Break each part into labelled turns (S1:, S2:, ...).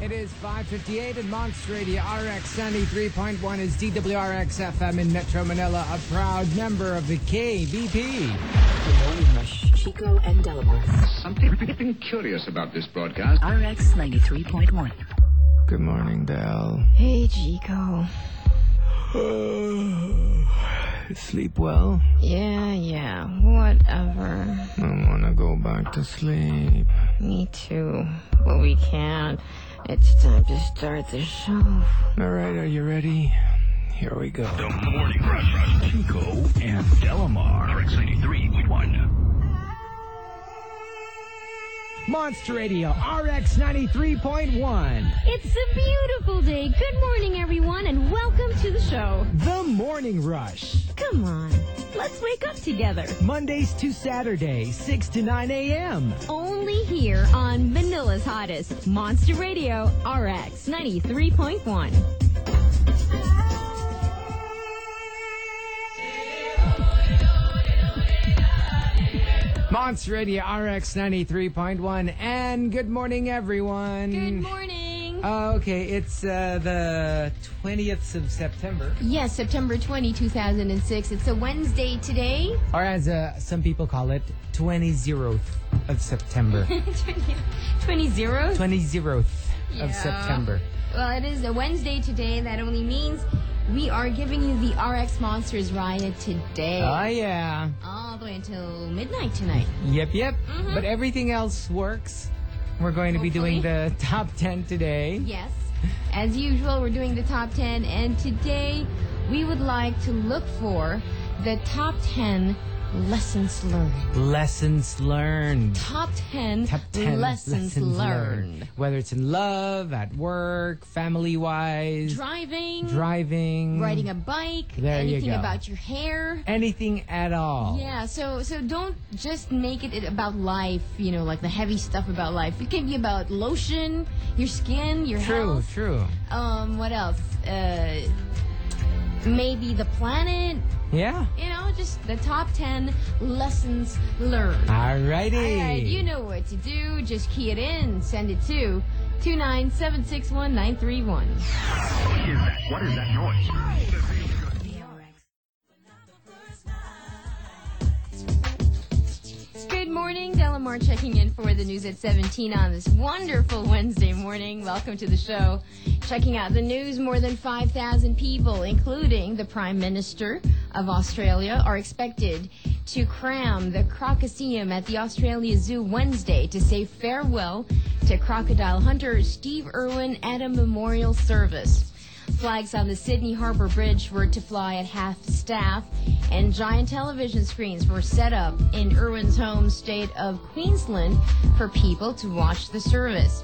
S1: It is 558 in Monts Radio. RX 93.1 is DWRX FM in Metro Manila, a proud member of the KBP.
S2: Chico and Delamar.
S3: Something curious about this broadcast.
S2: RX 93.1.
S4: Good morning, Dal.
S5: Hey, Chico.
S4: Sleep well?
S5: Yeah, yeah, whatever.
S4: I wanna go back to sleep.
S5: Me too. But we can't. It's time to start the show.
S4: Alright, are you ready? Here we go.
S6: Morning Rush, Rush, Chico, and Delamar. RX 93.1.
S1: Monster Radio RX 93.1,
S7: It's a beautiful day. Good morning, everyone, and welcome to the show.
S1: The Morning Rush.
S7: Come on, let's wake up together.
S1: Mondays to Saturdays, 6 to 9 a.m.
S7: Only here on Manila's hottest Monster Radio RX 93.1.
S1: Monster Radio RX 93.1, and good morning, everyone.
S7: Good morning.
S1: Okay, it's uh, the 20th of September,
S7: yes, September 20, 2006. It's a Wednesday today.
S1: or as uh, some people call it, 20th of September.
S7: 20 zeros?
S1: 20th of
S7: Yeah.
S1: September.
S7: Well, it is a Wednesday today. That only means we are giving you the RX Monsters Riot today.
S1: Oh, yeah.
S7: All the way until midnight tonight.
S1: Yep, yep.
S7: Mm-hmm.
S1: But everything else works. We're going to be doing the top 10 today.
S7: Yes. As usual, we're doing the top 10, and today we would like to look for the top 10 lessons learned.
S1: Lessons learned.
S7: Top 10,
S1: Top 10
S7: lessons, learned.
S1: Whether it's in love, at work, family wise,
S7: Driving,
S1: driving,
S7: riding a bike,
S1: There you
S7: anything
S1: go.
S7: about your hair.
S1: anything at all.
S7: Yeah, so so don't just make it about life, you know, like the heavy stuff about life. It can be about lotion, your skin, your
S1: True,
S7: health.
S1: true.
S7: Um, what else? Uh, maybe the planet.
S1: Yeah.
S7: you know, just the top 10 lessons learned.
S1: Alrighty.
S7: Alright, you know what to do. Just key it in. Send it to 2976191.
S6: What is that? What is that noise?
S7: Good morning. Delamar checking in for the news at 17 on this wonderful Wednesday morning. Welcome to the show. Checking out the news, more than 5,000 people, including the Prime Minister of Australia, are expected to cram the Crocoseum at the Australia Zoo Wednesday to say farewell to crocodile hunter Steve Irwin at a memorial service. Flags on the Sydney Harbour Bridge were to fly at half staff, and giant television screens were set up in Irwin's home state of Queensland for people to watch the service.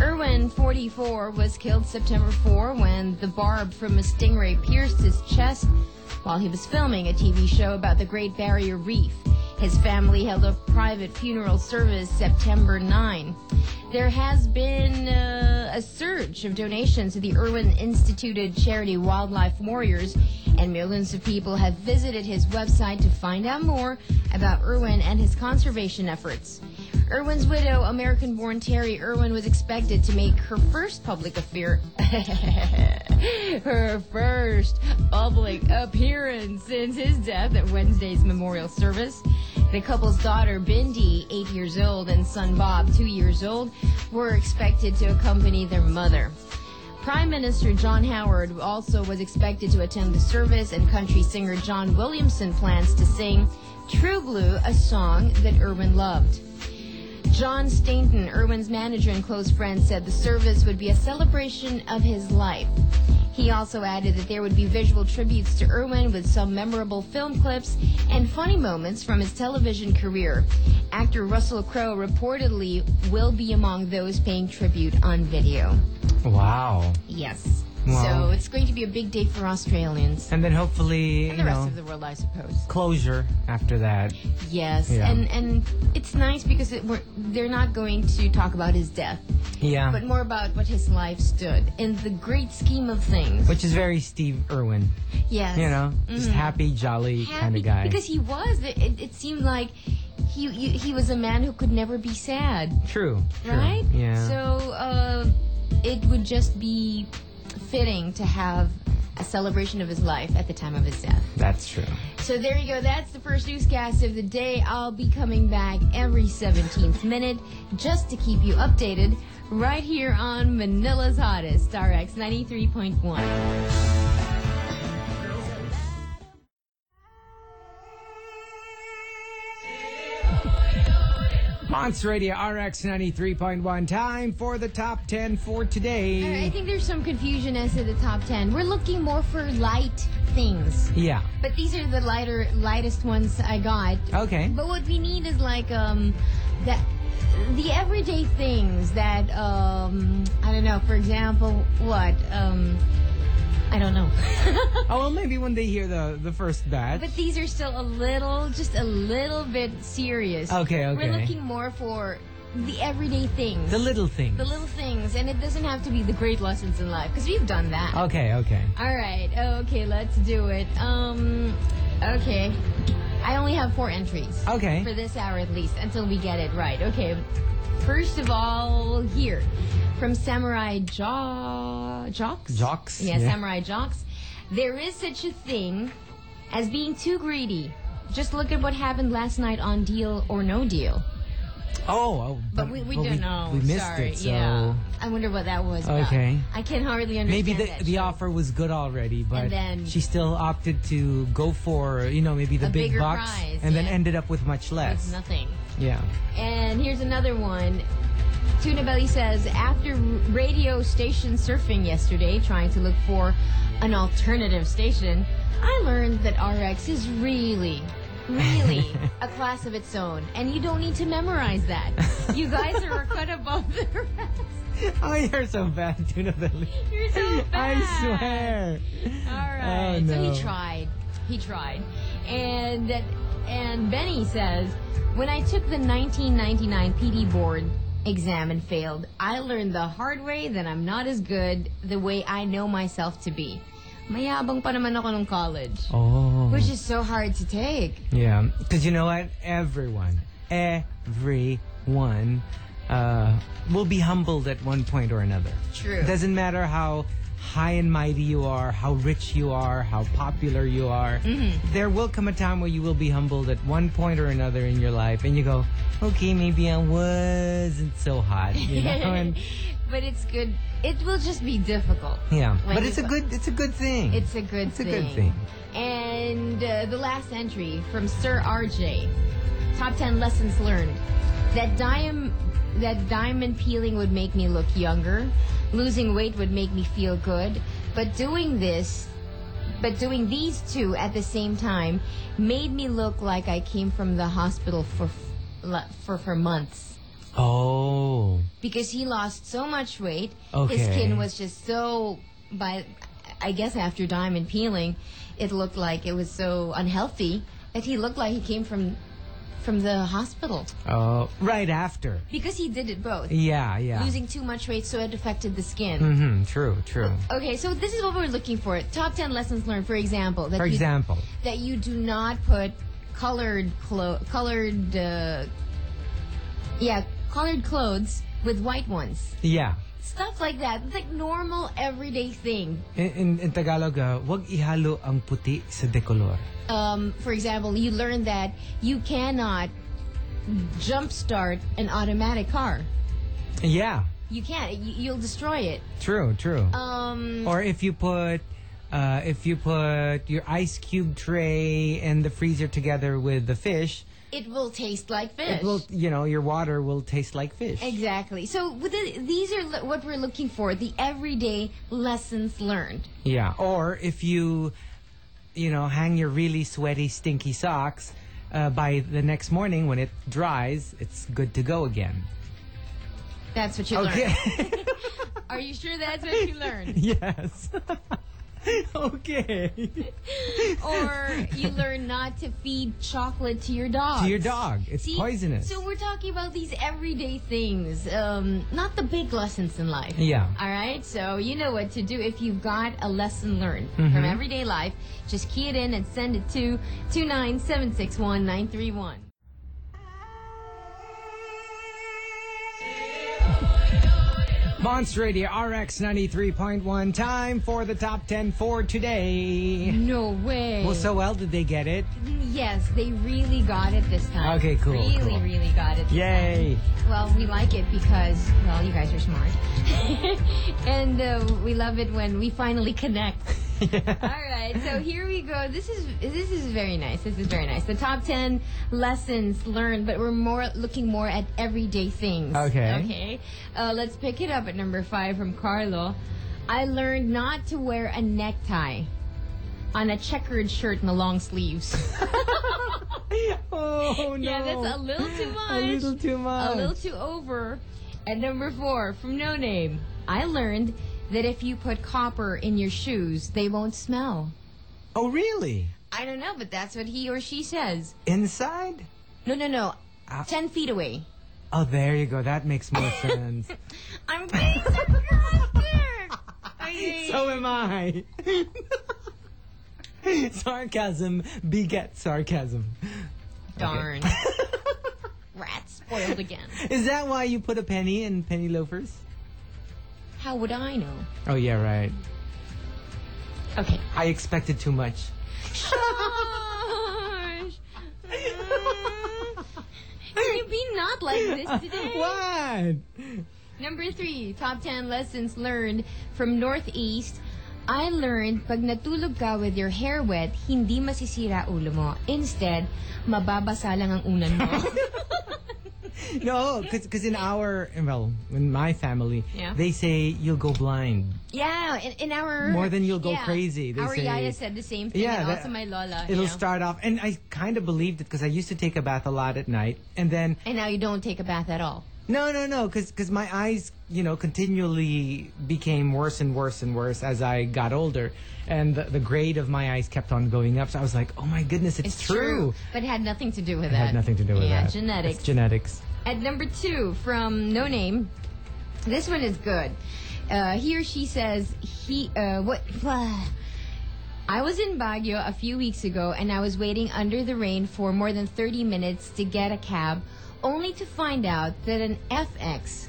S7: Irwin, 44, was killed September 4 when the barb from a stingray pierced his chest while he was filming a TV show about the Great Barrier Reef. His family held a private funeral service September 9. There has been uh, a surge of donations to the Irwin Instituted charity Wildlife Warriors, and millions of people have visited his website to find out more about Irwin and his conservation efforts. Irwin's widow, American born Terry Irwin, was expected to make her first public affair. her first public appearance since his death at Wednesday's memorial service. The couple's daughter, Bindi, eight years old, and son, Bob, two years old, were expected to accompany their mother. Prime Minister John Howard also was expected to attend the service, and country singer John Williamson plans to sing True Blue, a song that Irwin loved. John Stainton, Irwin's manager and close friend, said the service would be a celebration of his life. He also added that there would be visual tributes to Irwin with some memorable film clips and funny moments from his television career. Actor Russell Crowe reportedly will be among those paying tribute on video.
S1: Wow.
S7: Yes.
S1: Wow.
S7: So it's going to be a big day for Australians
S1: And then hopefully,
S7: and
S1: you
S7: the rest
S1: know,
S7: of the world, I suppose.
S1: closure after that.
S7: Yes,
S1: Yeah.
S7: and and it's nice because it, we're, they're not going to talk about his death,
S1: Yeah.
S7: but more about what his life stood in the great scheme of things.
S1: Which is very Steve Irwin.
S7: yes,
S1: You know, just happy, jolly kind
S7: Mm-hmm. happy
S1: of guy.
S7: because he was. It, it, it seemed like he, he he was a man who could never be sad,
S1: true, true.
S7: right?
S1: Yeah.
S7: So uh, it would just be fitting to have a celebration of his life at the time of his death.
S1: That's true.
S7: So there you go. That's the first newscast of the day. I'll be coming back every 17th minute just to keep you updated right here on Manila's Hottest, RX 93.1.
S1: Monster Radio RX 93.1. Time for the top 10 for
S7: All right, I
S1: today.
S7: think there's some confusion as to the top 10. We're looking more for light things.
S1: Yeah.
S7: But these are the lighter, lightest ones I got.
S1: Okay.
S7: But what we need is like um, that the everyday things that um, I don't know. For example, what um, I don't know.
S1: Oh, well, maybe when they hear the, the first batch.
S7: but these are still a little, just a little bit serious.
S1: Okay, okay.
S7: We're looking more for the everyday things,
S1: The little things.
S7: the little things, and it doesn't have to be the great lessons in life because we've done that.
S1: Okay, okay.
S7: All right. Okay, let's do it. Um, okay. I only have four entries.
S1: Okay.
S7: For this hour at least, until we get it right. Okay. First of all, here from Samurai jo- Jocks.
S1: Jocks,
S7: Yeah,
S1: yeah.
S7: Samurai Jocks. There is such a thing as being too greedy. Just look at what happened last night on Deal or No Deal.
S1: Oh, oh
S7: But we, we
S1: but
S7: don't know.
S1: We missed
S7: Sorry.
S1: it, so
S7: Yeah. I wonder what that was. about.
S1: Okay.
S7: I can hardly understand.
S1: maybe the,
S7: that
S1: the
S7: show.
S1: offer was good already, but
S7: And then-
S1: she still opted to go for, you know, maybe the
S7: A
S1: big
S7: bigger
S1: bucks
S7: prize,
S1: and then
S7: yeah.
S1: ended up with much
S7: It's
S1: less.
S7: nothing.
S1: yeah.
S7: And here's another one. Tuna Belly says after r- radio station surfing yesterday, trying to look for an alternative station, I learned that RX is really, really a class of its own, and you don't need to memorize that. You guys are a cut above the rest.
S1: Oh, you're so bad, Tuna Belly.
S7: You're so bad.
S1: I swear.
S7: All right.
S1: Oh,
S7: So
S1: no.
S7: he tried. He tried. And and Benny says, when I took the 1999 PD board exam and failed, I learned the hard way that I'm not as good the way I know myself to be. Mayabang pa naman ako nung college.
S1: Oh.
S7: Which is so hard to take.
S1: Yeah, because you know what? Everyone, everyone uh, will be humbled at one point or another. It
S7: True.
S1: doesn't matter how high and mighty you are, how rich you are, how popular you are.
S7: Mm-hmm.
S1: There will come a time where you will be humbled at one point or another in your life, and you go, okay, maybe I wasn't so hot, you know? And,
S7: but it's good. It will just be difficult.
S1: yeah,
S7: When
S1: but
S7: you
S1: it's a
S7: go-
S1: good, it's a good thing.
S7: It's a good
S1: It's a
S7: thing.
S1: good thing.
S7: And uh, the last entry from Sir RJ. Top 10 lessons learned. That diam- that diamond peeling would make me look younger. Losing weight would make me feel good, but doing this but doing these two at the same time made me look like I came from the hospital for f- le- for for months
S1: oh,
S7: because he lost so much weight.
S1: Okay.
S7: His skin was just so by I guess after diamond peeling, it looked like it was so unhealthy that he looked like he came from from the hospital
S1: oh, right after.
S7: because he did it both.
S1: Yeah, yeah.
S7: Losing too much weight so it affected the skin.
S1: hmm true, true.
S7: Okay, so this is what we're looking for. Top 10 lessons learned, for example, that
S1: For
S7: you,
S1: example.
S7: that you do not put colored clo- colored uh, yeah, colored clothes with white ones.
S1: Yeah.
S7: Stuff like that. It's like normal everyday thing.
S1: In, in, in Tagalog, uh, wag ihalo ang puti sa decolor.
S7: Um, for example, you learn that you cannot jumpstart an automatic car.
S1: Yeah,
S7: You can't. You, you'll destroy it.
S1: true, true.
S7: Um,
S1: or if you put uh, if you put your ice cube tray and the freezer together with the fish,
S7: it will taste like
S1: it
S7: fish.
S1: will you know your water will taste like fish.
S7: Exactly. So with the, these are le- what we're looking for: the everyday lessons learned.
S1: Yeah. Or if you you know hang your really sweaty stinky socks. Uh, by the next morning, when it dries, it's good to go again.
S7: That's what you
S1: Okay.
S7: learned. Are you sure that's what you learned?
S1: yes. okay.
S7: Or you learn not to feed chocolate to your dog.
S1: To your dog, it's
S7: See?
S1: poisonous.
S7: So we're talking about these everyday things, um, not the big lessons in life.
S1: Yeah.
S7: All right. So you know what to do if you've got a lesson learned
S1: Mm-hmm.
S7: from everyday life. Just key it in and send it to two nine seven six one nine three one.
S1: Monster Radio RX 93.1. Time for the top 10 for today.
S7: No way.
S1: Well, so well did they get it?
S7: yes, they really got it this time.
S1: Okay, cool,
S7: Really,
S1: cool.
S7: really got it. This
S1: Yay.
S7: Time. Well, we like it because well, you guys are smart, and uh, we love it when we finally connect. All right, so here we go. This is this is very nice. This is very nice. The top ten lessons learned, but we're more looking more at everyday things.
S1: Okay.
S7: Okay. Uh, let's pick it up at number five from Carlo. I learned not to wear a necktie on a checkered shirt and the long sleeves.
S1: Oh, no.
S7: Yeah, that's a little too
S1: A
S7: much.
S1: little too much.
S7: A little too over. At number four, from No Name, I learned that if you put copper in your shoes, they won't smell.
S1: oh, really?
S7: I don't know, but that's what he or she says.
S1: Inside?
S7: No, no, no.
S1: Ah.
S7: Ten feet away.
S1: Oh, there you go. That makes more sense.
S7: I'm being sarcastic. Okay.
S1: so am I. sarcasm begets sarcasm.
S7: Darn. Rat spoiled again.
S1: Is that why you put a penny in penny loafers?
S7: How would I know?
S1: Oh, yeah, right.
S7: Okay.
S1: I expected too much.
S7: Gosh. Mm. Can you be not like this today?
S1: What?
S7: Number three, top 10 lessons learned from Northeast. I learned pag natulog ka with your hair wet, hindi masisira ulo mo. Instead, mababasa lang ang unan mo.
S1: No, because in our, well, in my family,
S7: Yeah.
S1: they say you'll go blind.
S7: yeah, in, in our...
S1: More than you'll go crazy, they
S7: our
S1: say.
S7: yaya said the same thing,
S1: Yeah,
S7: and
S1: that-
S7: also my lola.
S1: It'll
S7: Uh, yeah.
S1: start off, and I kind of believed it because I used to take a bath a lot at night, and then
S7: And now you don't take a bath at all.
S1: No, no, no, because my eyes, you know, continually became worse and worse and worse as I got older, and the, the grade of my eyes kept on going up. So I was like, oh my goodness, it's, true.
S7: But it had nothing to do with
S1: It
S7: that.
S1: had nothing to do with
S7: yeah,
S1: that.
S7: genetics.
S1: It's genetics.
S7: At number two from No Name, this one is good. Uh, he or she says he uh, what. blah. I was in Baguio a few weeks ago and I was waiting under the rain for more than 30 minutes to get a cab, only to find out that an FX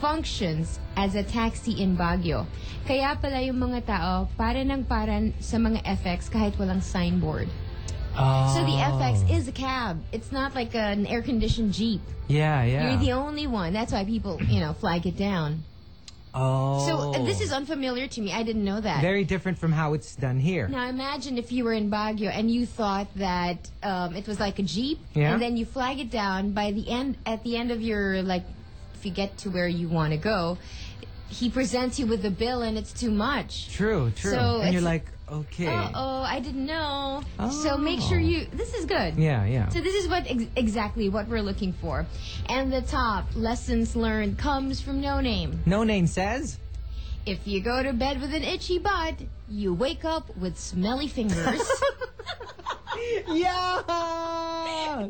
S7: functions as a taxi in Baguio. Kaya pala yung mga tao para ng paran sa mga FX kahit walang signboard.
S1: Oh.
S7: So the FX is a cab. It's not like an air-conditioned Jeep.
S1: Yeah, yeah.
S7: You're the only one. That's why people, you know, flag it down.
S1: oh.
S7: So uh, this is unfamiliar to me. I didn't know that.
S1: very different from how it's done here.
S7: now imagine if you were in Baguio and you thought that um, it was like a jeep,
S1: Yeah.
S7: and then you flag it down. By the end, at the end of your like, if you get to where you want to go, he presents you with a bill, and it's too much.
S1: True, true.
S7: So
S1: and you're
S7: it's-
S1: like, okay.
S7: Uh oh, I didn't know. So make sure you. This is good.
S1: Oh. Yeah, yeah.
S7: So this is what ex- exactly what we're looking for, and the top lessons learned comes from No Name.
S1: no name says.
S7: If you go to bed with an itchy butt, you wake up with smelly fingers.
S1: Yeah.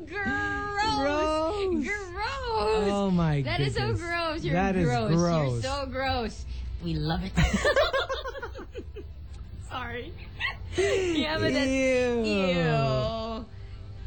S7: gross.
S1: Gross. Oh my god.
S7: That is so gross. You're
S1: That is
S7: gross. You're
S1: gross.
S7: so gross. We love it. Sorry. Yeah, but that's ew.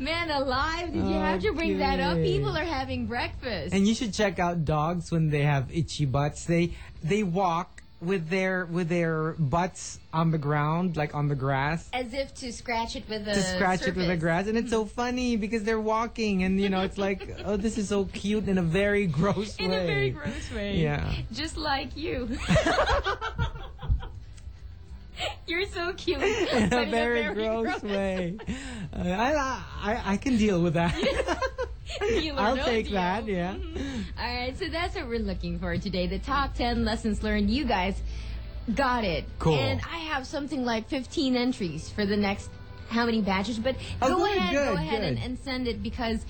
S7: Man alive, did you have to bring that up?
S1: Okay.
S7: People are having breakfast.
S1: And you should check out dogs when they have itchy butts. They they walk with their with their butts on the ground, like on the grass.
S7: as if to scratch it with a
S1: To scratch it with the
S7: surface.
S1: grass, and it's so funny because they're walking, and you know it's like, oh, this is so cute in a very gross
S7: in
S1: way.
S7: a very gross way.
S1: Yeah.
S7: Just like you. You're so cute.
S1: In
S7: but
S1: a very, gross, way. Uh, I, I I can deal with that.
S7: Deal or
S1: I'll
S7: no
S1: take
S7: deal. Mm-hmm.
S1: that. Yeah.
S7: All right, so that's what we're looking for today. The top 10 lessons learned. You guys got it.
S1: Cool.
S7: And I have something like 15 entries for the next how many batches, but
S1: Oh,
S7: go
S1: good,
S7: ahead, go
S1: good,
S7: ahead and,
S1: good.
S7: and send it because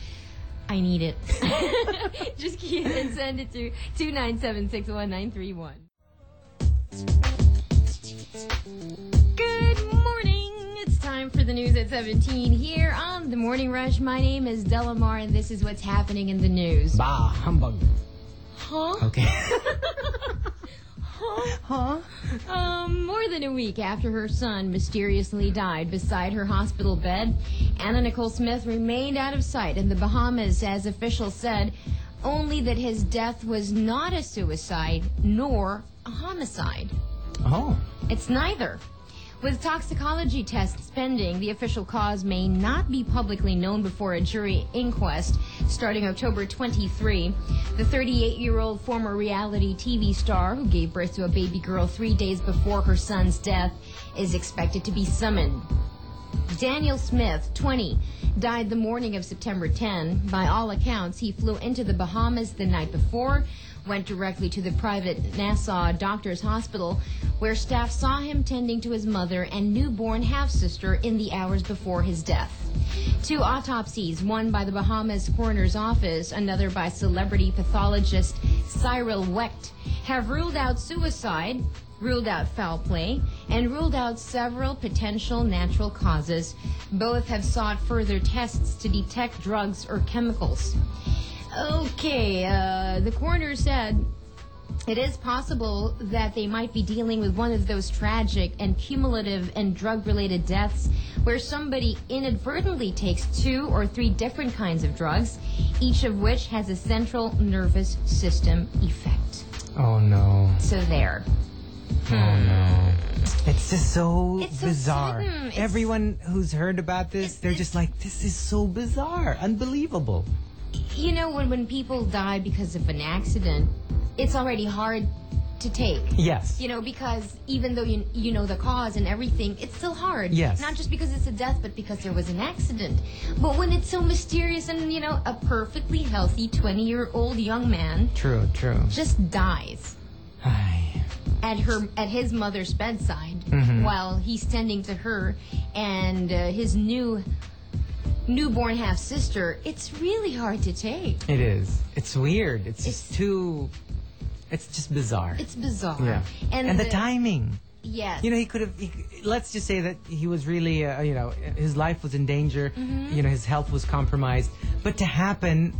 S7: I need it. Just keep and send it to 297-61931. Good morning. It's time for the news at 17 here on The Morning Rush. My name is Delamar and this is what's happening in the news.
S1: Bah humbug.
S7: Huh?
S1: Okay.
S7: huh? Um, more than a week after her son mysteriously died beside her hospital bed, Anna Nicole Smith remained out of sight in the Bahamas, as officials said. only that his death was not a suicide nor a homicide.
S1: Oh.
S7: It's neither. With toxicology tests pending, the official cause may not be publicly known before a jury inquest starting October 23. The 38 year old former reality TV star who gave birth to a baby girl three days before her son's death is expected to be summoned. Daniel Smith, 20, died the morning of September 10. By all accounts, he flew into the Bahamas the night before, went directly to the private Nassau Doctors Hospital, where staff saw him tending to his mother and newborn half sister in the hours before his death. Two autopsies, one by the Bahamas Coroner's Office, another by celebrity pathologist Cyril Wecht, have ruled out suicide, ruled out foul play, and ruled out several potential natural causes. Both have sought further tests to detect drugs or chemicals. Okay, uh, the coroner said it is possible that they might be dealing with one of those tragic and cumulative and drug related deaths where somebody inadvertently takes two or three different kinds of drugs, each of which has a central nervous system effect.
S1: Oh no.
S7: So, there.
S1: It's just so
S7: It's so
S1: bizarre.
S7: sudden. It's-
S1: Everyone who's heard about this, they're just like, this is so bizarre, unbelievable.
S7: You know, when, when people die because of an accident, it's already hard to take.
S1: Yes.
S7: You know, because even though you you know the cause and everything, it's still hard.
S1: Yes.
S7: Not just because it's a death, but because there was an accident. But when it's so mysterious and you know, a perfectly healthy twenty year old young man
S1: True, true.
S7: just dies
S1: Ay.
S7: at her at his mother's bedside
S1: Mm-hmm.
S7: while he's tending to her and uh, his new newborn half sister, it's really hard to take.
S1: It is. It's weird. It's just
S7: It's-
S1: too. It's just bizarre.
S7: It's bizarre.
S1: yeah.
S7: And,
S1: the, timing.
S7: Yes.
S1: You know, he could have. He, let's just say that he was really, uh, you know, his life was in danger.
S7: Mm-hmm.
S1: You know, his health was compromised. But to happen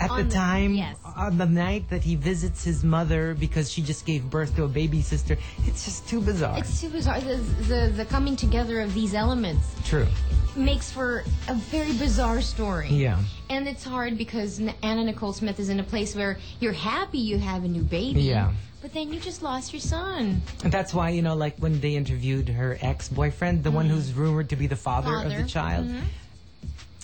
S1: at
S7: On
S1: the
S7: the-
S1: time,
S7: yes.
S1: on the night that he visits his mother because she just gave birth to a baby sister, it's just too bizarre.
S7: It's too bizarre. The, the, the coming together of these elements
S1: True.
S7: makes for a very bizarre story.
S1: Yeah.
S7: And it's hard because N- Anna Nicole Smith is in a place where you're happy you have a new baby.
S1: Yeah.
S7: But then you just lost your son.
S1: And that's why, you know, like when they interviewed her ex boyfriend, the one who's rumored to be the father, of
S7: Father.
S1: the child,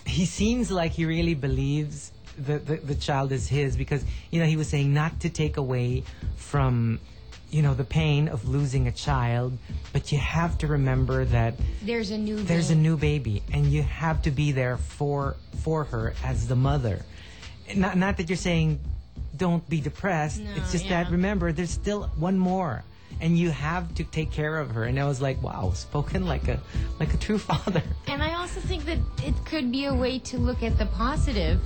S1: he seems like he really believes the, the, the child is his because, you know, he was saying not to take away from, you know, the pain of losing a child, but you have to remember that
S7: There's a new
S1: there's a
S7: baby.
S1: new baby and you have to be there for for her as the mother not not that you're saying don't be depressed
S7: No,
S1: it's just that
S7: yeah.
S1: remember there's still one more and you have to take care of her and i was like wow spoken like a like a true father
S7: And I also think that it could be a way to look at the positive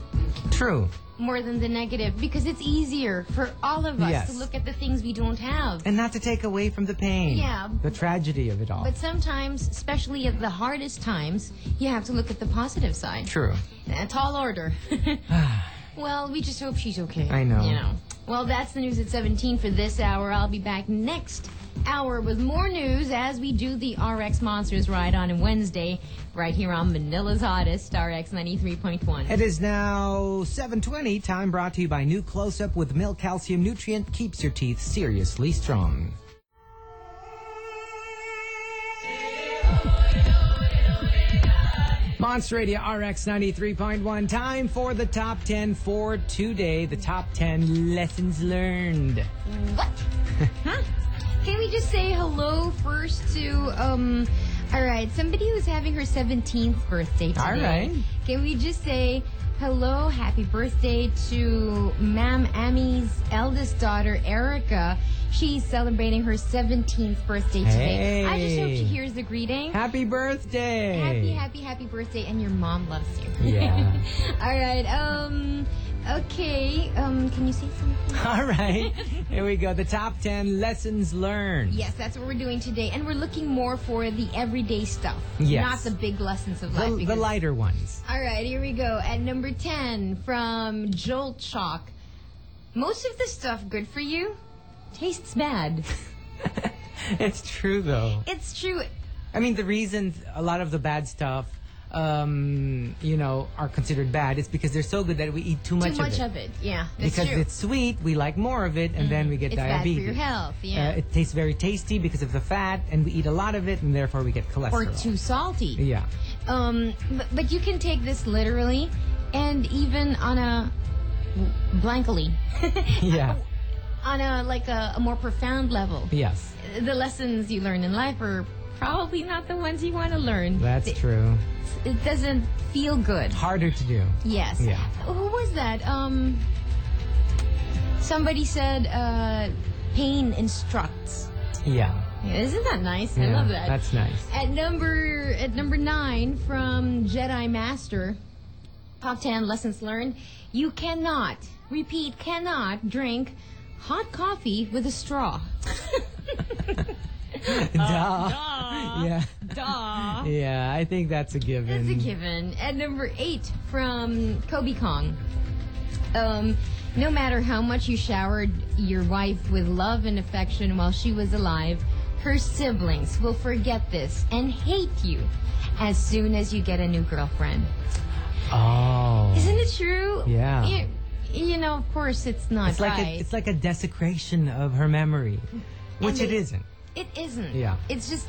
S1: true
S7: more than the negative because it's easier for all of us
S1: Yes.
S7: to look at the things we don't have.
S1: and not to take away from the pain
S7: Yeah.
S1: the tragedy of it all
S7: But sometimes, especially at the hardest times, you have to look at the positive side.
S1: true
S7: A tall order. well, we just hope she's okay.
S1: I know.
S7: You know. Well, that's the news at 17 for this hour. I'll be back next hour with more news as we do the RX Monsters ride on a Wednesday right here on Manila's Hottest, RX 93.1.
S1: It is now 7:20. Time brought to you by New Close Up with Milk Calcium Nutrient keeps your teeth seriously strong. Monster Radio RX 93.1. Time for the top 10 for today. The top 10 lessons learned.
S7: What? huh? Can we just say hello first to um all right, somebody who's having her 17th birthday today.
S1: All right.
S7: Can we just say hello, happy birthday to Mam Amy's eldest daughter Erica. She's celebrating her 17th birthday today. I just hope
S1: Hey.
S7: she hears the greeting.
S1: Happy birthday!
S7: Happy, happy, happy birthday, and your mom loves you.
S1: Yeah.
S7: All right. Um. Okay. Um. Can you say something?
S1: All right. Here we go. The top 10 lessons learned.
S7: Yes, that's what we're doing today, and we're looking more for the everyday stuff,
S1: Yes.
S7: not the big lessons of life.
S1: The, the
S7: because-
S1: lighter ones.
S7: All right, here we go. At number ten, from Jolt Chalk, most of the stuff good for you tastes bad.
S1: it's true though.
S7: It's true.
S1: I mean, the reason a lot of the bad stuff um, you know, are considered bad, it's because they're so good that we eat too much,
S7: Too much
S1: of it.
S7: of it. Yeah, that's
S1: Because
S7: true. Mm-hmm.
S1: it's sweet, we like more of it, and then we get
S7: It's bad for
S1: diabetes.
S7: your health. Yeah.
S1: Uh, it tastes very tasty because of the fat, and we eat a lot of it, and therefore we get cholesterol.
S7: or too salty.
S1: Yeah.
S7: Um, but, but you can take this literally and even on a blankly,
S1: Yeah.
S7: on a like a, a more profound level.
S1: Yes.
S7: The lessons you learn in life are probably not the ones you want to learn.
S1: That's
S7: it,
S1: true.
S7: It doesn't feel good.
S1: Harder to do.
S7: Yes.
S1: Yeah.
S7: Who was that? Um, somebody said uh, pain instructs.
S1: Yeah.
S7: Yeah, isn't that nice? I
S1: Yeah,
S7: love that.
S1: That's nice.
S7: At number at number nine from Jedi Master, top ten lessons learned: you cannot repeat cannot drink hot coffee with a straw.
S1: duh.
S7: Uh, duh.
S1: Yeah.
S7: Duh.
S1: Yeah, I think that's a given.
S7: That's a given. At number eight from Kobe Kong. Um, no matter how much you showered your wife with love and affection while she was alive, her siblings will forget this and hate you as soon as you get a new girlfriend.
S1: Oh.
S7: Isn't it true?
S1: Yeah.
S7: You, you know, of course, it's not
S1: it's like
S7: right.
S1: a, it's like a desecration of her memory, which
S7: And
S1: it
S7: they-
S1: isn't.
S7: it isn't.
S1: Yeah. Mm-hmm.
S7: It's just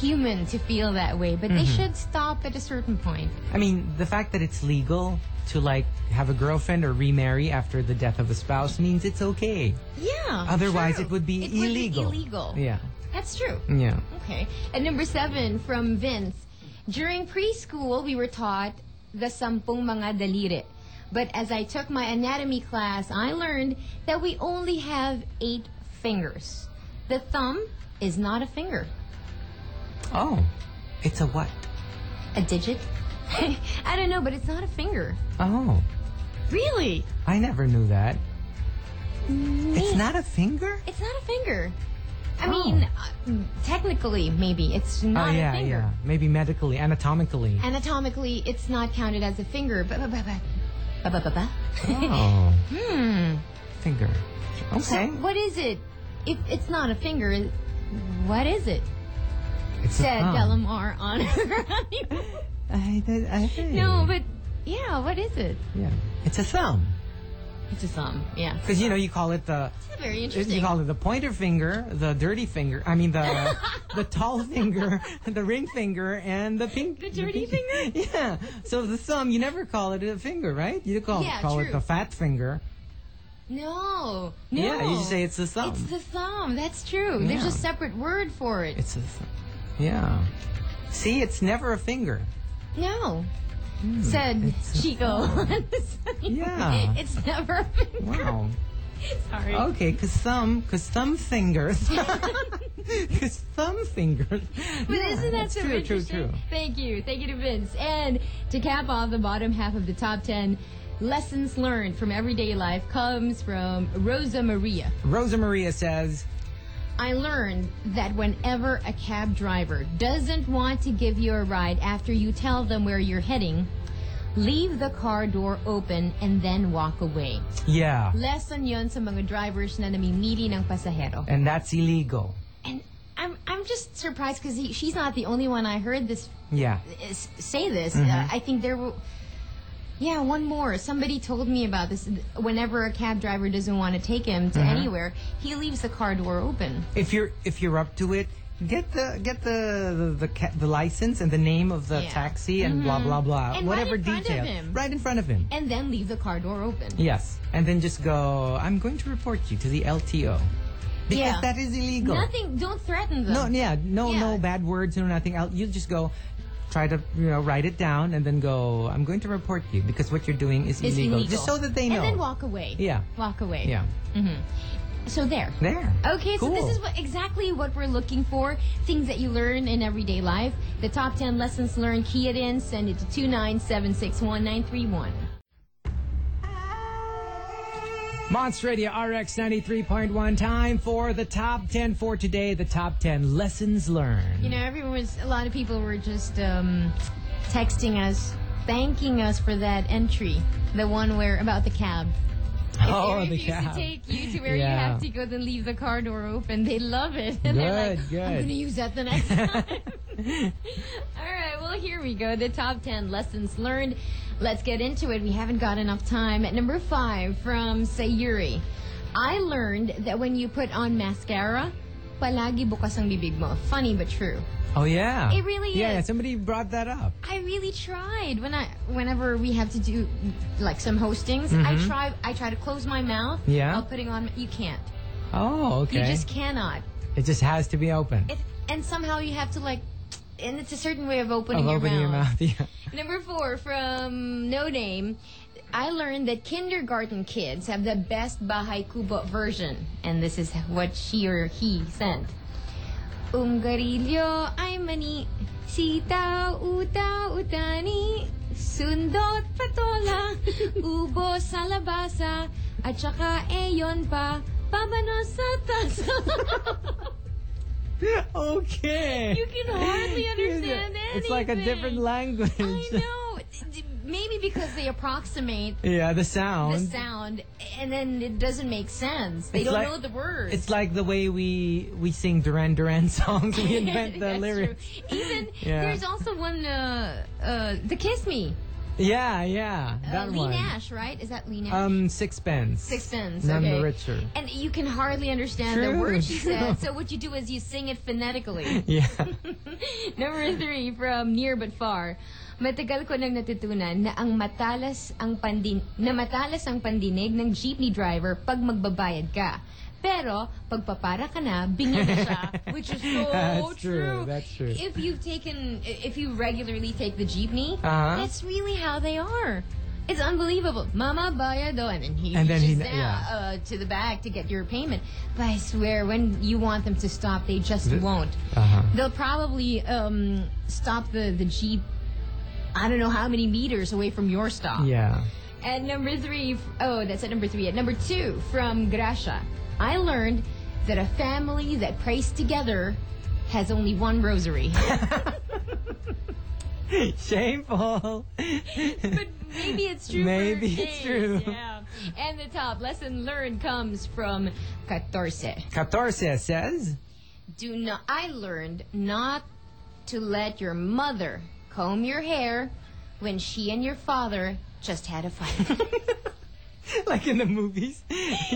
S7: human to feel that way, but they should stop at a certain point.
S1: I mean, the fact that it's legal to like have a girlfriend or remarry after the death of a spouse means it's okay.
S7: Yeah.
S1: Otherwise,
S7: true.
S1: it would be
S7: it
S1: illegal.
S7: Would be illegal.
S1: Yeah.
S7: That's true.
S1: Yeah.
S7: Okay. At number seven from Vince. During preschool, we were taught the sampung mga daliri. But as I took my anatomy class, I learned that we only have eight fingers. The thumb is not a finger,
S1: Oh, it's a what?
S7: a digit. I don't know, but it's not a finger.
S1: Oh,
S7: Really?
S1: I never knew that. It's not a finger.
S7: It's not a finger. I
S1: Oh.
S7: mean, uh, technically, maybe it's not
S1: oh yeah,
S7: a finger.
S1: yeah. Maybe medically, anatomically.
S7: Anatomically, it's not counted as a finger. Ba ba ba ba. Ba ba ba ba.
S1: oh,
S7: Hmm.
S1: finger. Okay.
S7: What is it? If it's not a finger, what is it?
S1: It's a
S7: Said
S1: thumb.
S7: Delamar on her honeymoon.
S1: I, I, I think.
S7: No, but yeah, what is it?
S1: Yeah. It's a thumb.
S7: It's a thumb. Yeah.
S1: Because you know you call it the
S7: It's very
S1: you
S7: interesting.
S1: call it the pointer finger, the dirty finger. I mean the the tall finger, the ring finger, and the pink.
S7: The dirty
S1: finger. Yeah. So the thumb, you never call it a finger, right? You call
S7: Yeah,
S1: call
S7: true.
S1: it the fat finger.
S7: No. No.
S1: Yeah. You just say it's the thumb.
S7: It's the thumb. That's true. There's
S1: Yeah.
S7: a separate word for it.
S1: It's a thumb. Yeah. See, it's never a finger.
S7: no.
S1: Hmm,
S7: Said Chico. on this honeymoon.
S1: Yeah.
S7: It's never a finger.
S1: Wow.
S7: Sorry.
S1: Okay, because thumb, because thumb fingers, because thumb fingers.
S7: But
S1: Yeah,
S7: isn't that
S1: it's
S7: so
S1: true, true,
S7: interesting?
S1: true.
S7: Thank you. Thank you to Vince. And to cap off the bottom half of the top 10, lessons learned from everyday life comes from Rosa Maria.
S1: Rosa Maria says,
S7: I learned that whenever a cab driver doesn't want to give you a ride after you tell them where you're heading, leave the car door open and then walk away.
S1: yeah,
S7: Lesson yon sa mga drivers na namimili ng pasahero.
S1: and that's illegal.
S7: And I'm, I'm just surprised because she's not the only one I heard this
S1: Yeah.
S7: s- say this.
S1: Mm-hmm.
S7: Uh, I think there will. Yeah, one more. Somebody told me about this. Whenever a cab driver doesn't want to take him to
S1: Mm-hmm.
S7: anywhere, he leaves the car door open.
S1: If you're if you're up to it, get the get the the the, ca- the license and the name of the
S7: Yeah. Mm-hmm.
S1: taxi and blah blah blah.
S7: And right
S1: whatever
S7: in front of
S1: detail,
S7: him.
S1: right in front of him.
S7: And then leave the car door open.
S1: Yes, and then just go. I'm going to report you to the LTO because
S7: Yeah.
S1: that is illegal.
S7: Nothing, don't threaten them.
S1: No, yeah, no,
S7: Yeah.
S1: no bad words, no nothing. else. you just go, try to you know write it down, and then go. I'm going to report you because what you're doing is
S7: It's
S1: illegal. Just so that they know.
S7: And then walk away.
S1: Yeah.
S7: Walk away.
S1: Yeah,
S7: So there.
S1: there.
S7: Okay, so
S1: Cool.
S7: this is what, exactly what we're looking for. Things that you learn in everyday life. The top 10 lessons learned. Key it in. Send it to 29761
S1: Monster Radio RX 93.1. Time for the top 10 for today. The top 10 lessons learned.
S7: You know, everyone was, a lot of people were just um, texting us, thanking us for that entry. The one where, about the cab. If
S1: Oh,
S7: they
S1: the
S7: refuse
S1: cab.
S7: to take you to where you
S1: Yeah.
S7: have to go, then leave the car door open. They love it. And they're like,
S1: Good,
S7: I'm
S1: good.
S7: going to use that the next time. All right, well, here we go. The top 10 lessons learned. Let's get into it. We haven't got enough time. At number five from Sayuri. I learned that when you put on mascara, palagi bukas ang bibig mo. Funny but true.
S1: Oh yeah.
S7: It really
S1: Yeah,
S7: is.
S1: somebody brought that up.
S7: I really tried when I whenever we have to do like some hostings. I try I try to close my mouth
S1: Mm-hmm. Yeah.
S7: while putting on. You can't.
S1: Oh, okay.
S7: You just cannot.
S1: it just has to be open.
S7: It, and somehow you have to like, and it's a certain way of opening,
S1: Of
S7: your,
S1: opening
S7: mouth.
S1: your mouth.
S7: Number four from No Name. I learned that kindergarten kids have the best Bahay Kubo version, and this is what she or he sent. Umgarilyo ay mani, sitaw utaw utani, sundot patola, ubo sa labasa, at saka eyon pa, pabanos sa tasa.
S1: Yeah. okay.
S7: You can hardly understand anything.
S1: It's like a different language.
S7: I know. D- d- Maybe because they approximate
S1: Yeah, the
S7: the
S1: sound.
S7: sound, and then it doesn't make sense. They
S1: It's
S7: don't
S1: like-
S7: know the words.
S1: It's like the way we we sing Duran Duran songs. We invent the
S7: That's
S1: lyrics.
S7: True. Even
S1: Yeah.
S7: there's also one, uh, uh, the Kiss Me,
S1: Yeah, yeah,
S7: uh,
S1: that one.
S7: Lee Nash, right? Is that Lee Nash?
S1: Um, sixpence.
S7: Sixpence.
S1: None
S7: okay.
S1: the richer.
S7: And you can hardly understand the
S1: True,
S7: words she said.
S1: true.
S7: So what you do is you sing it phonetically.
S1: Yeah.
S7: Number three from Near But Far. Matagal ko nang natutunan na ang matalas ang pandin na matalas ang pandinig ng jeepney driver pag magbabayad ka. Pero pagpapara ka na, bingi na siya, which is so
S1: That's true, that's true.
S7: If you've taken if you regularly take the jeepney,
S1: Uh-huh.
S7: that's really how they are. It's unbelievable. Mama bayad oh, and then he
S1: And then he-
S7: reaches down,
S1: yeah.
S7: uh, to the back to get your payment. But I swear, when you want them to stop, they just won't.
S1: Uh-huh.
S7: They'll probably um, stop the, the Jeep, I don't know how many meters away from your stop.
S1: Yeah.
S7: At number three, oh, that's at number three. At number two, from Gracia, I learned that a family that prays together has only one rosary.
S1: Shameful.
S7: but maybe it's true. for
S1: Maybe it's
S7: gays,
S1: true.
S7: Yeah. And the top lesson learned comes from Catorce.
S1: Catorce says.
S7: do not I learned not to let your mother comb your hair when she and your father just had a fight.
S1: like in the movies. and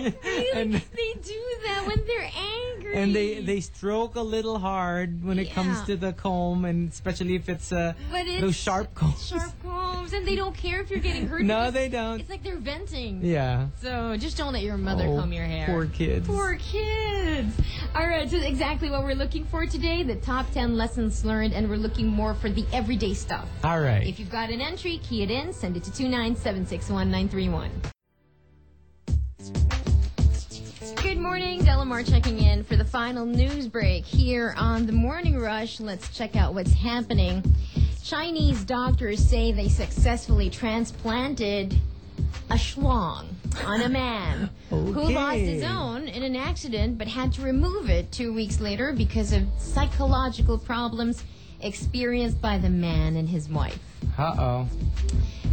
S7: they do that when they're angry.
S1: and they they stroke a little hard when it comes
S7: Yeah.
S1: to the comb, and especially if it's uh
S7: But it's
S1: those sharp combs.
S7: Sharp combs, and they don't care if you're getting hurt.
S1: No,
S7: because
S1: they don't.
S7: It's like they're venting.
S1: Yeah.
S7: So just don't let your mother
S1: Oh,
S7: comb your hair.
S1: Poor kids.
S7: Poor kids. All right, so exactly what we're looking for today: the top ten lessons learned, and we're looking more for the everyday stuff.
S1: All right.
S7: If you've got an entry, key it in, send it to 2976191. Good morning, Delamar checking in for the final news break here on the Morning Rush. Let's check out what's happening. Chinese doctors say they successfully transplanted a schlong on a man who
S1: Okay.
S7: lost his own in an accident but had to remove it two weeks later because of psychological problems experienced by the man and his wife.
S1: uh oh.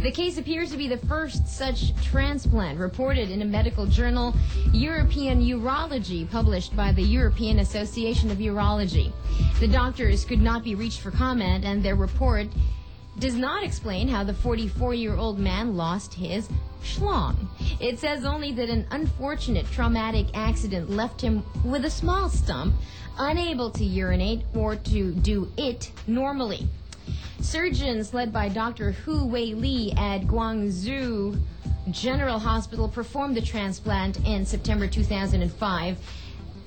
S7: The case appears to be the first such transplant reported in a medical journal, European Urology, published by the European Association of Urology. The doctors could not be reached for comment, and their report does not explain how the 44 year old man lost his schlong. It says only that an unfortunate traumatic accident left him with a small stump, unable to urinate or to do it normally. Surgeons led by Dr. Hu Wei Li at Guangzhou General Hospital performed the transplant in September 2005.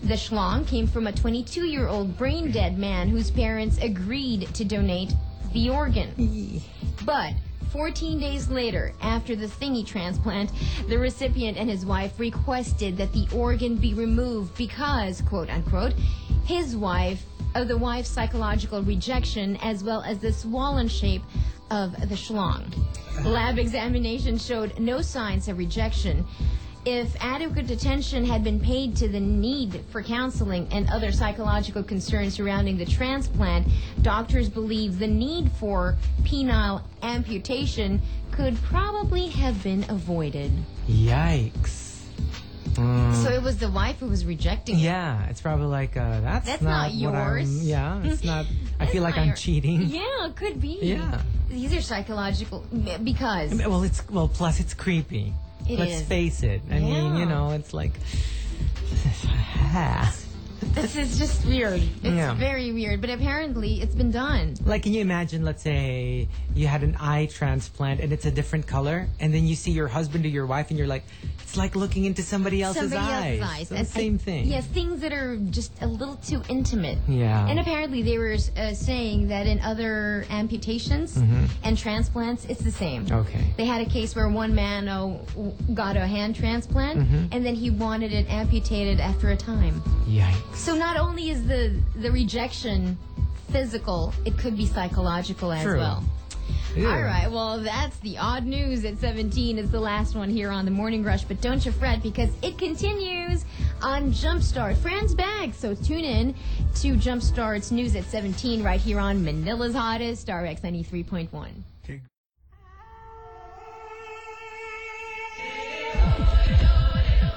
S7: The schlong came from a 22 year old brain dead man whose parents agreed to donate the organ. But 14 days later, after the thingy transplant, the recipient and his wife requested that the organ be removed because, quote unquote, his wife, of the wife's psychological rejection, as well as the swollen shape of the schlong. Lab examination showed no signs of rejection. If adequate attention had been paid to the need for counseling and other psychological concerns surrounding the transplant, doctors believe the need for penile amputation could probably have been avoided.
S1: Yikes.
S7: So it was the wife who was rejecting him.
S1: Yeah, it's probably like uh, that's
S7: That's
S1: not,
S7: not
S1: what I'm-
S7: yours.
S1: yeah, it's not. I
S7: That's
S1: feel like
S7: not
S1: I'm
S7: your-
S1: cheating.
S7: Yeah, it could be.
S1: Yeah.
S7: These are psychological because
S1: Well, it's well. Plus, it's creepy.
S7: It
S1: Let's
S7: is.
S1: face it. I mean, you
S7: Yeah.
S1: know, it's like.
S7: this is just weird. It's
S1: Yeah.
S7: very weird, but apparently it's been done.
S1: Like, can you imagine? Let's say you had an eye transplant and it's a different color, and then you see your husband or your wife, and you're like, it's like looking into somebody else's
S7: Somebody
S1: eyes.
S7: else's eyes.
S1: So
S7: And-
S1: same
S7: and-
S1: thing.
S7: Yes, things that are just a little too intimate.
S1: Yeah.
S7: And apparently they were uh, saying that in other amputations and transplants, it's the same.
S4: Oh.
S1: Okay.
S7: They had a case where one man oh, w- got a hand transplant, and then he wanted it amputated after a time.
S1: Yikes.
S7: So not only is the the rejection physical, it could be psychological as
S1: True.
S7: well.
S1: Ew.
S7: All right, well, that's the odd news at 17. It's the last one here on the Morning Rush, but don't you fret because it continues on Jumpstart. Fran's back, so tune in to Jumpstart's news at 17 right here on Manila's Hottest, RX 93.1.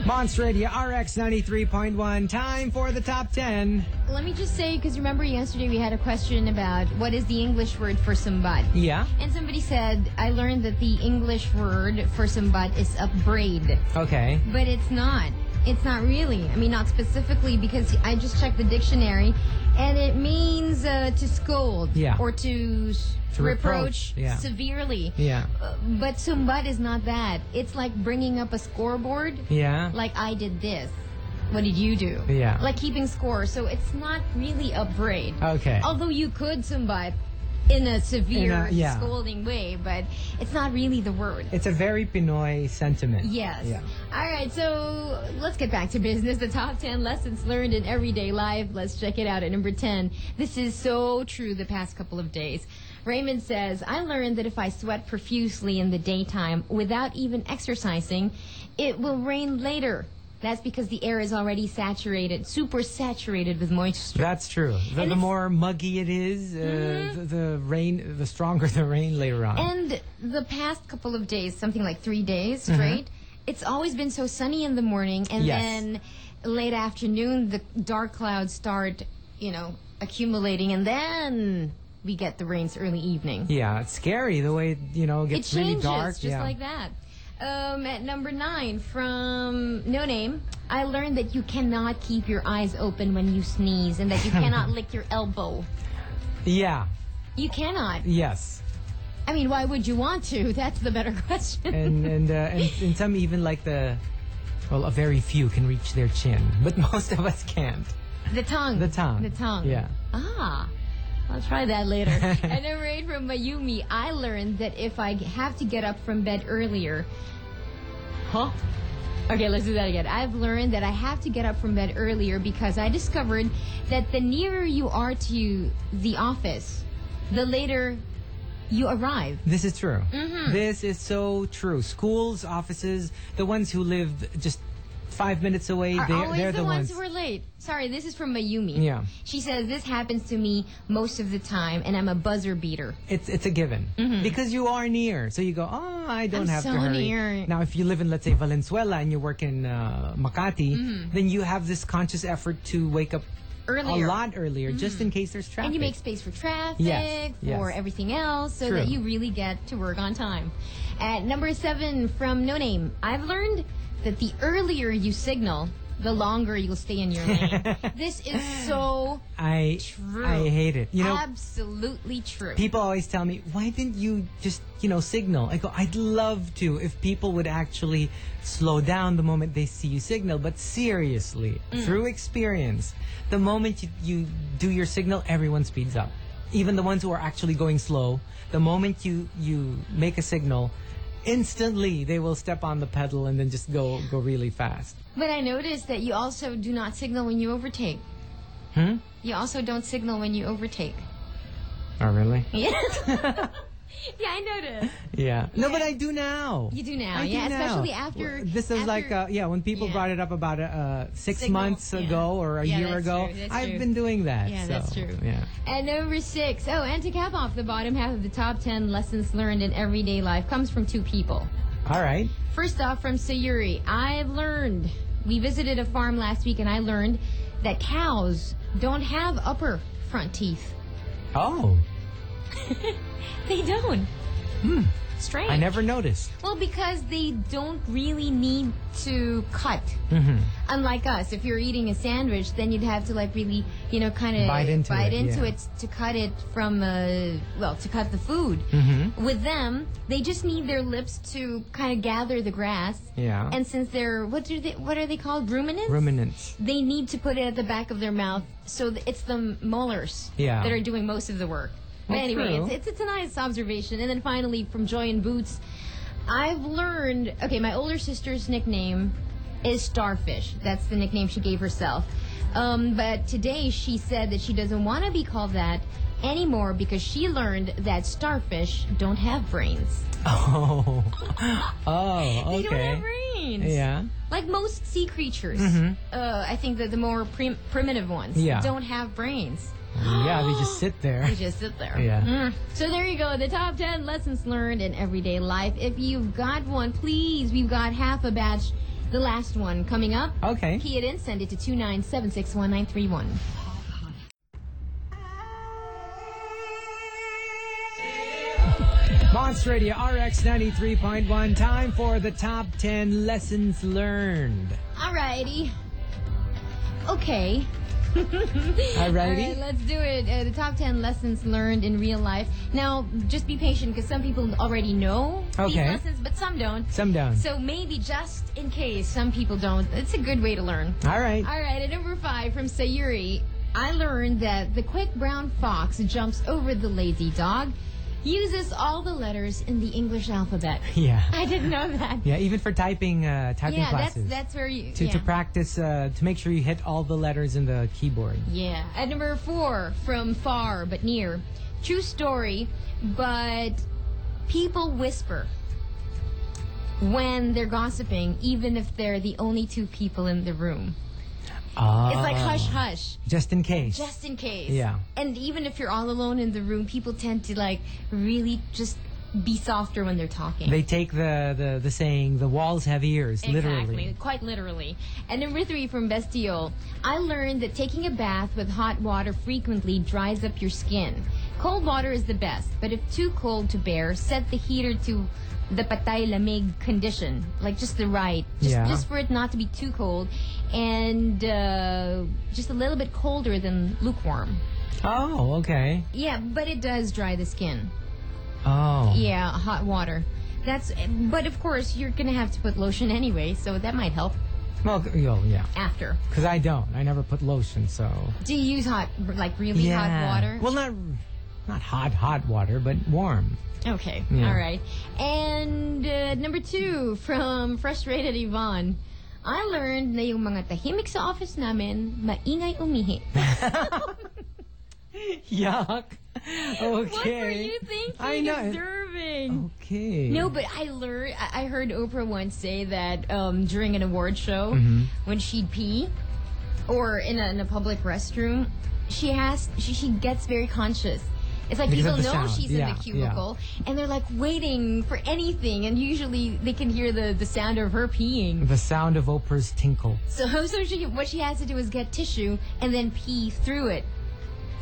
S1: Monster Radio RX 93.1. Time for the top 10.
S7: Let me just say, because remember yesterday we had a question about what is the English word for sumbat?
S1: Yeah.
S7: And somebody said, I learned that the English word for sumbat is upbraid,
S1: Okay.
S7: but it's not. It's not really. I mean, not specifically because I just checked the dictionary and it means uh, to scold
S1: Yeah.
S7: or to, s-
S1: To reproach, yeah.
S7: severely.
S1: Yeah.
S7: Uh, but sumbat is not that. It's like bringing up a scoreboard
S1: Yeah.
S7: like I did this. What did you do?
S1: Yeah.
S7: Like keeping score. So it's not really a braid.
S1: Okay.
S7: Although you could somebody in a severe
S1: In a- yeah.
S7: scolding way, but it's not really the word.
S1: It's a very Pinoy sentiment.
S7: Yes.
S1: Yeah.
S7: All right, so let's get back to business. The top 10 lessons learned in everyday life. Let's check it out at number 10. This is so true the past couple of days. Raymond says, I learned that if I sweat profusely in the daytime without even exercising, it will rain later. That's because the air is already saturated, super saturated with moisture.
S1: That's true. The, the
S7: it's- Mm-hmm.
S1: more muggy it is, uh, the, the rain, the stronger the rain later on.
S7: And the past couple of days, something like three days straight, it's always been so sunny in the morning, and
S1: Mm-hmm. Yes.
S7: then late afternoon, the dark clouds start, you know, accumulating, and then we get the rains early evening.
S1: yeah, it's scary the way it, you know
S7: It
S1: gets really
S7: changes
S1: dark.
S7: just
S1: yeah.
S7: like that. Um, at number nine from No Name, I learned that you cannot keep your eyes open when you sneeze, and that you cannot lick your elbow.
S1: Yeah.
S7: You cannot.
S1: Yes.
S7: I mean, why would you want to? That's the better question.
S1: And and, uh, and and some even like the, well, a very few can reach their chin, but most of us can't.
S7: The tongue.
S1: The tongue.
S7: The tongue.
S1: Yeah.
S7: Ah. I'll try that later. and number eight from Mayumi, I learned that if I have to get up from bed earlier. Huh? Okay, let's do that again. I've learned that I have to get up from bed earlier because I discovered that the nearer you are to the office, the later you arrive.
S1: This is true.
S7: Mm-hmm.
S1: This is so true. Schools, offices, the ones who live just five minutes away,
S7: are
S1: they're,
S7: always
S1: they're
S7: the, ones, who are late. Sorry, this is from Mayumi.
S1: Yeah.
S7: She says this happens to me most of the time, and I'm a buzzer beater.
S1: It's it's a given because you are near, so you go. Oh, I don't
S7: Mm-hmm. I'm
S1: have
S7: so
S1: to hurry.
S7: near.
S1: Now, if you live in let's say Valenzuela and you work in uh, Makati, then you have this conscious effort to wake up
S7: Mm-hmm. Earlier. Mm-hmm.
S1: a lot earlier, just in case there's traffic.
S7: And you make space for traffic,
S1: Yes, yes.
S7: for everything else, so
S1: True.
S7: that you really get to work on time. At number seven from No Name, I've learned that the earlier you signal, the longer you'll stay in your lane. this is so
S1: I
S7: true.
S1: I hate it. You know,
S7: absolutely true.
S1: people always tell me, why didn't you just you know signal? I go, I'd love to if people would actually slow down the moment they see you signal. But seriously, through experience, the moment you, you do your signal, everyone speeds up. Even the ones who are actually going slow, the moment you you make a signal, instantly they will step on the pedal and then just go go really fast.
S7: but I noticed that you also do not signal when you overtake.
S1: Hmm?
S7: You also don't signal when you overtake.
S1: Oh, really?
S7: Yes. yeah, I noticed.
S1: Yeah. No, but I do now.
S7: You do now,
S1: I do
S7: yeah,
S1: now.
S7: especially after-
S1: Well, This is
S7: after-
S1: like uh, yeah, when people
S7: Yeah.
S1: brought it up about uh, six
S7: Signal,
S1: months
S7: yeah.
S1: ago or a
S7: Yeah,
S1: year
S7: that's
S1: ago,
S7: true, that's
S1: I've
S7: true.
S1: been doing that.
S7: Yeah,
S1: so,
S7: that's true.
S1: Yeah.
S7: And number six, oh, and to cap off the bottom half of the top 10 lessons learned in everyday life comes from two people.
S1: All right.
S7: First off, from Sayuri, I've learned We visited a farm last week and I learned that cows don't have upper front teeth.
S1: Oh,
S7: They don't. Hmm. Strange.
S1: I never noticed.
S7: Well, because they don't really need to cut.
S1: Mm-hmm.
S7: Unlike us, if you're eating a sandwich, then you'd have to like really, you know, kind of
S1: Bite into it, yeah.
S7: to cut it from, uh, well, to cut the food.
S1: Mm-hmm.
S7: With them, they just need their lips to kind of gather the grass.
S1: Yeah.
S7: And since they're what do they what are they called ruminants?
S1: Ruminants.
S7: they need to put it at the back of their mouth. So th- it's the molars
S1: Yeah.
S7: that are doing most of the work. But
S1: Well,
S7: anyway,
S1: true.
S7: it's, it's, it's a nice observation. And then finally, from Joy and Boots, I've learned okay, my older sister's nickname is Starfish. That's the nickname she gave herself. Um, but today she said that she doesn't want to be called that anymore because she learned that starfish don't have brains.
S1: Oh. Oh, okay.
S7: They don't have brains.
S1: Yeah.
S7: Like most sea creatures, uh, I think that the more prim- primitive ones
S1: Mm-hmm. Yeah.
S7: don't have brains.
S1: Yeah, they just sit there.
S7: They just sit there.
S1: Yeah.
S7: Mm. So there you go. The top 10 lessons learned in everyday life. If you've got one, please, we've got half a batch. The last one coming up.
S1: Okay.
S7: Key it in, send it to 297619131.
S1: Monster Radio RX 93.1. Time for the top 10 lessons learned.
S7: Alrighty. Okay. Alrighty. right, let's do it. Uh, the top 10 lessons learned in real life. Now, just be patient because some people already know these
S1: Okay.
S7: lessons, but some don't.
S1: Some down.
S7: So maybe just in case some people don't, it's a good way to learn.
S1: All right.
S7: All right, at number five from Sayuri, I learned that the quick brown fox jumps over the lazy dog, uses all the letters in the English alphabet.
S1: Yeah.
S7: I didn't know that.
S1: Yeah, even for typing uh, typing
S7: Yeah, that's
S1: classes.
S7: that's where you
S1: to,
S7: yeah.
S1: to practice, uh, to make sure you hit all the letters in the keyboard.
S7: Yeah. At number four, from far but near. True story, but people whisper when they're gossiping, even if they're the only two people in the room.
S1: Oh.
S7: Ah. It's like hush hush,
S1: Just in case.
S7: just in case.
S1: Yeah.
S7: And even if you're all alone in the room, people tend to like really just be softer when they're talking.
S1: They take the, the, the saying, the walls have ears,
S7: Exactly,
S1: literally.
S7: quite literally. And number three from Bestiole, I learned that taking a bath with hot water frequently dries up your skin. Cold water is the best, but if too cold to bear, set the heater to the patay lamig condition, like just the right, just,
S1: Yeah.
S7: just for it not to be too cold, and uh, just a little bit colder than lukewarm.
S1: Oh, okay.
S7: Yeah, but it does dry the skin.
S1: Oh.
S7: Yeah, hot water. That's, but of course you're gonna have to put lotion anyway, so that might help
S1: Well, c- oh, yeah.
S7: after.
S1: Because I don't. I never put lotion, so.
S7: Do you use hot, like really hot water?
S1: Well, not not hot, hot water, but warm.
S7: okay,
S1: Yeah.
S7: all right. And uh, number two from Frustrated Yvonne. I learned na yung mga tahimik sa office namin, maingay umihi.
S1: Yuck. Okay.
S7: What were you thinking?
S1: I know. Oh,
S7: Observing.
S1: Okay.
S7: No, but I learned. I I heard Oprah once say that um, during an award show,
S1: Mm-hmm.
S7: when she'd pee, or in a, in a public restroom, she has she, she gets very conscious. It's like
S1: Because of
S7: people know
S1: the sound.
S7: she's
S1: Yeah,
S7: in the
S1: yeah.
S7: cubicle, and they're like waiting for anything, and usually they can hear the the sound of her peeing.
S1: The sound of Oprah's tinkle.
S7: So, so she, what she has to do is get tissue and then pee through it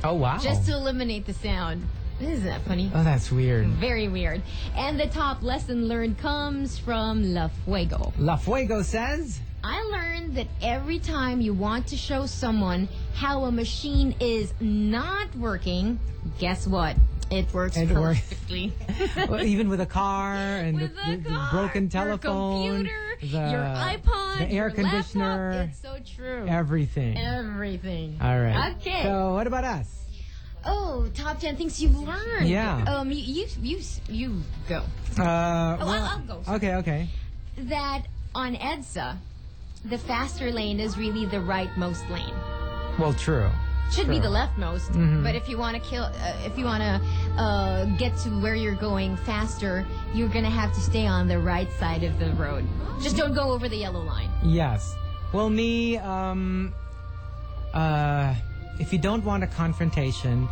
S1: Oh wow.
S7: just to eliminate the sound. Isn't that funny?
S1: oh, that's weird.
S7: Very weird. And the top lesson learned comes from La Fuego.
S1: La Fuego says.
S7: I learned that every time you want to show someone how a machine is not working, guess what? It works
S1: It works.
S7: perfectly.
S1: well, even with a car and
S7: With
S1: the,
S7: a
S1: the
S7: car,
S1: broken
S7: your
S1: telephone,
S7: computer,
S1: the,
S7: your iPod,
S1: the air
S7: your
S1: conditioner,
S7: Laptop. It's so true.
S1: everything.
S7: Everything.
S1: All right.
S7: Okay.
S1: So what about us?
S7: oh, top ten things you've learned.
S1: Yeah.
S7: Um, you you you, you go.
S1: Uh,
S7: Oh,
S1: well-
S7: I'll, I'll go.
S1: Okay. Okay.
S7: That on EDSA, the faster lane is really the rightmost lane.
S1: Well, true.
S7: should be the leftmost. But if you want to kill, uh, if you want to uh, get to where you're going faster, you're gonna have to stay on the right side of the road. Just don't go over the yellow line.
S1: Yes. Well, me, um, uh, if you don't want a confrontation,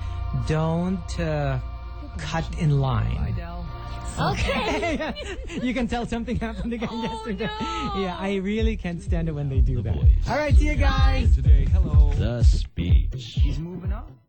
S1: don't uh, cut in line.
S7: Okay.
S1: you can tell something happened again
S7: Oh,
S1: yesterday.
S7: no.
S1: Yeah, I really can't stand it when they do that. All right, see you guys.
S6: The speech.
S8: He's moving on.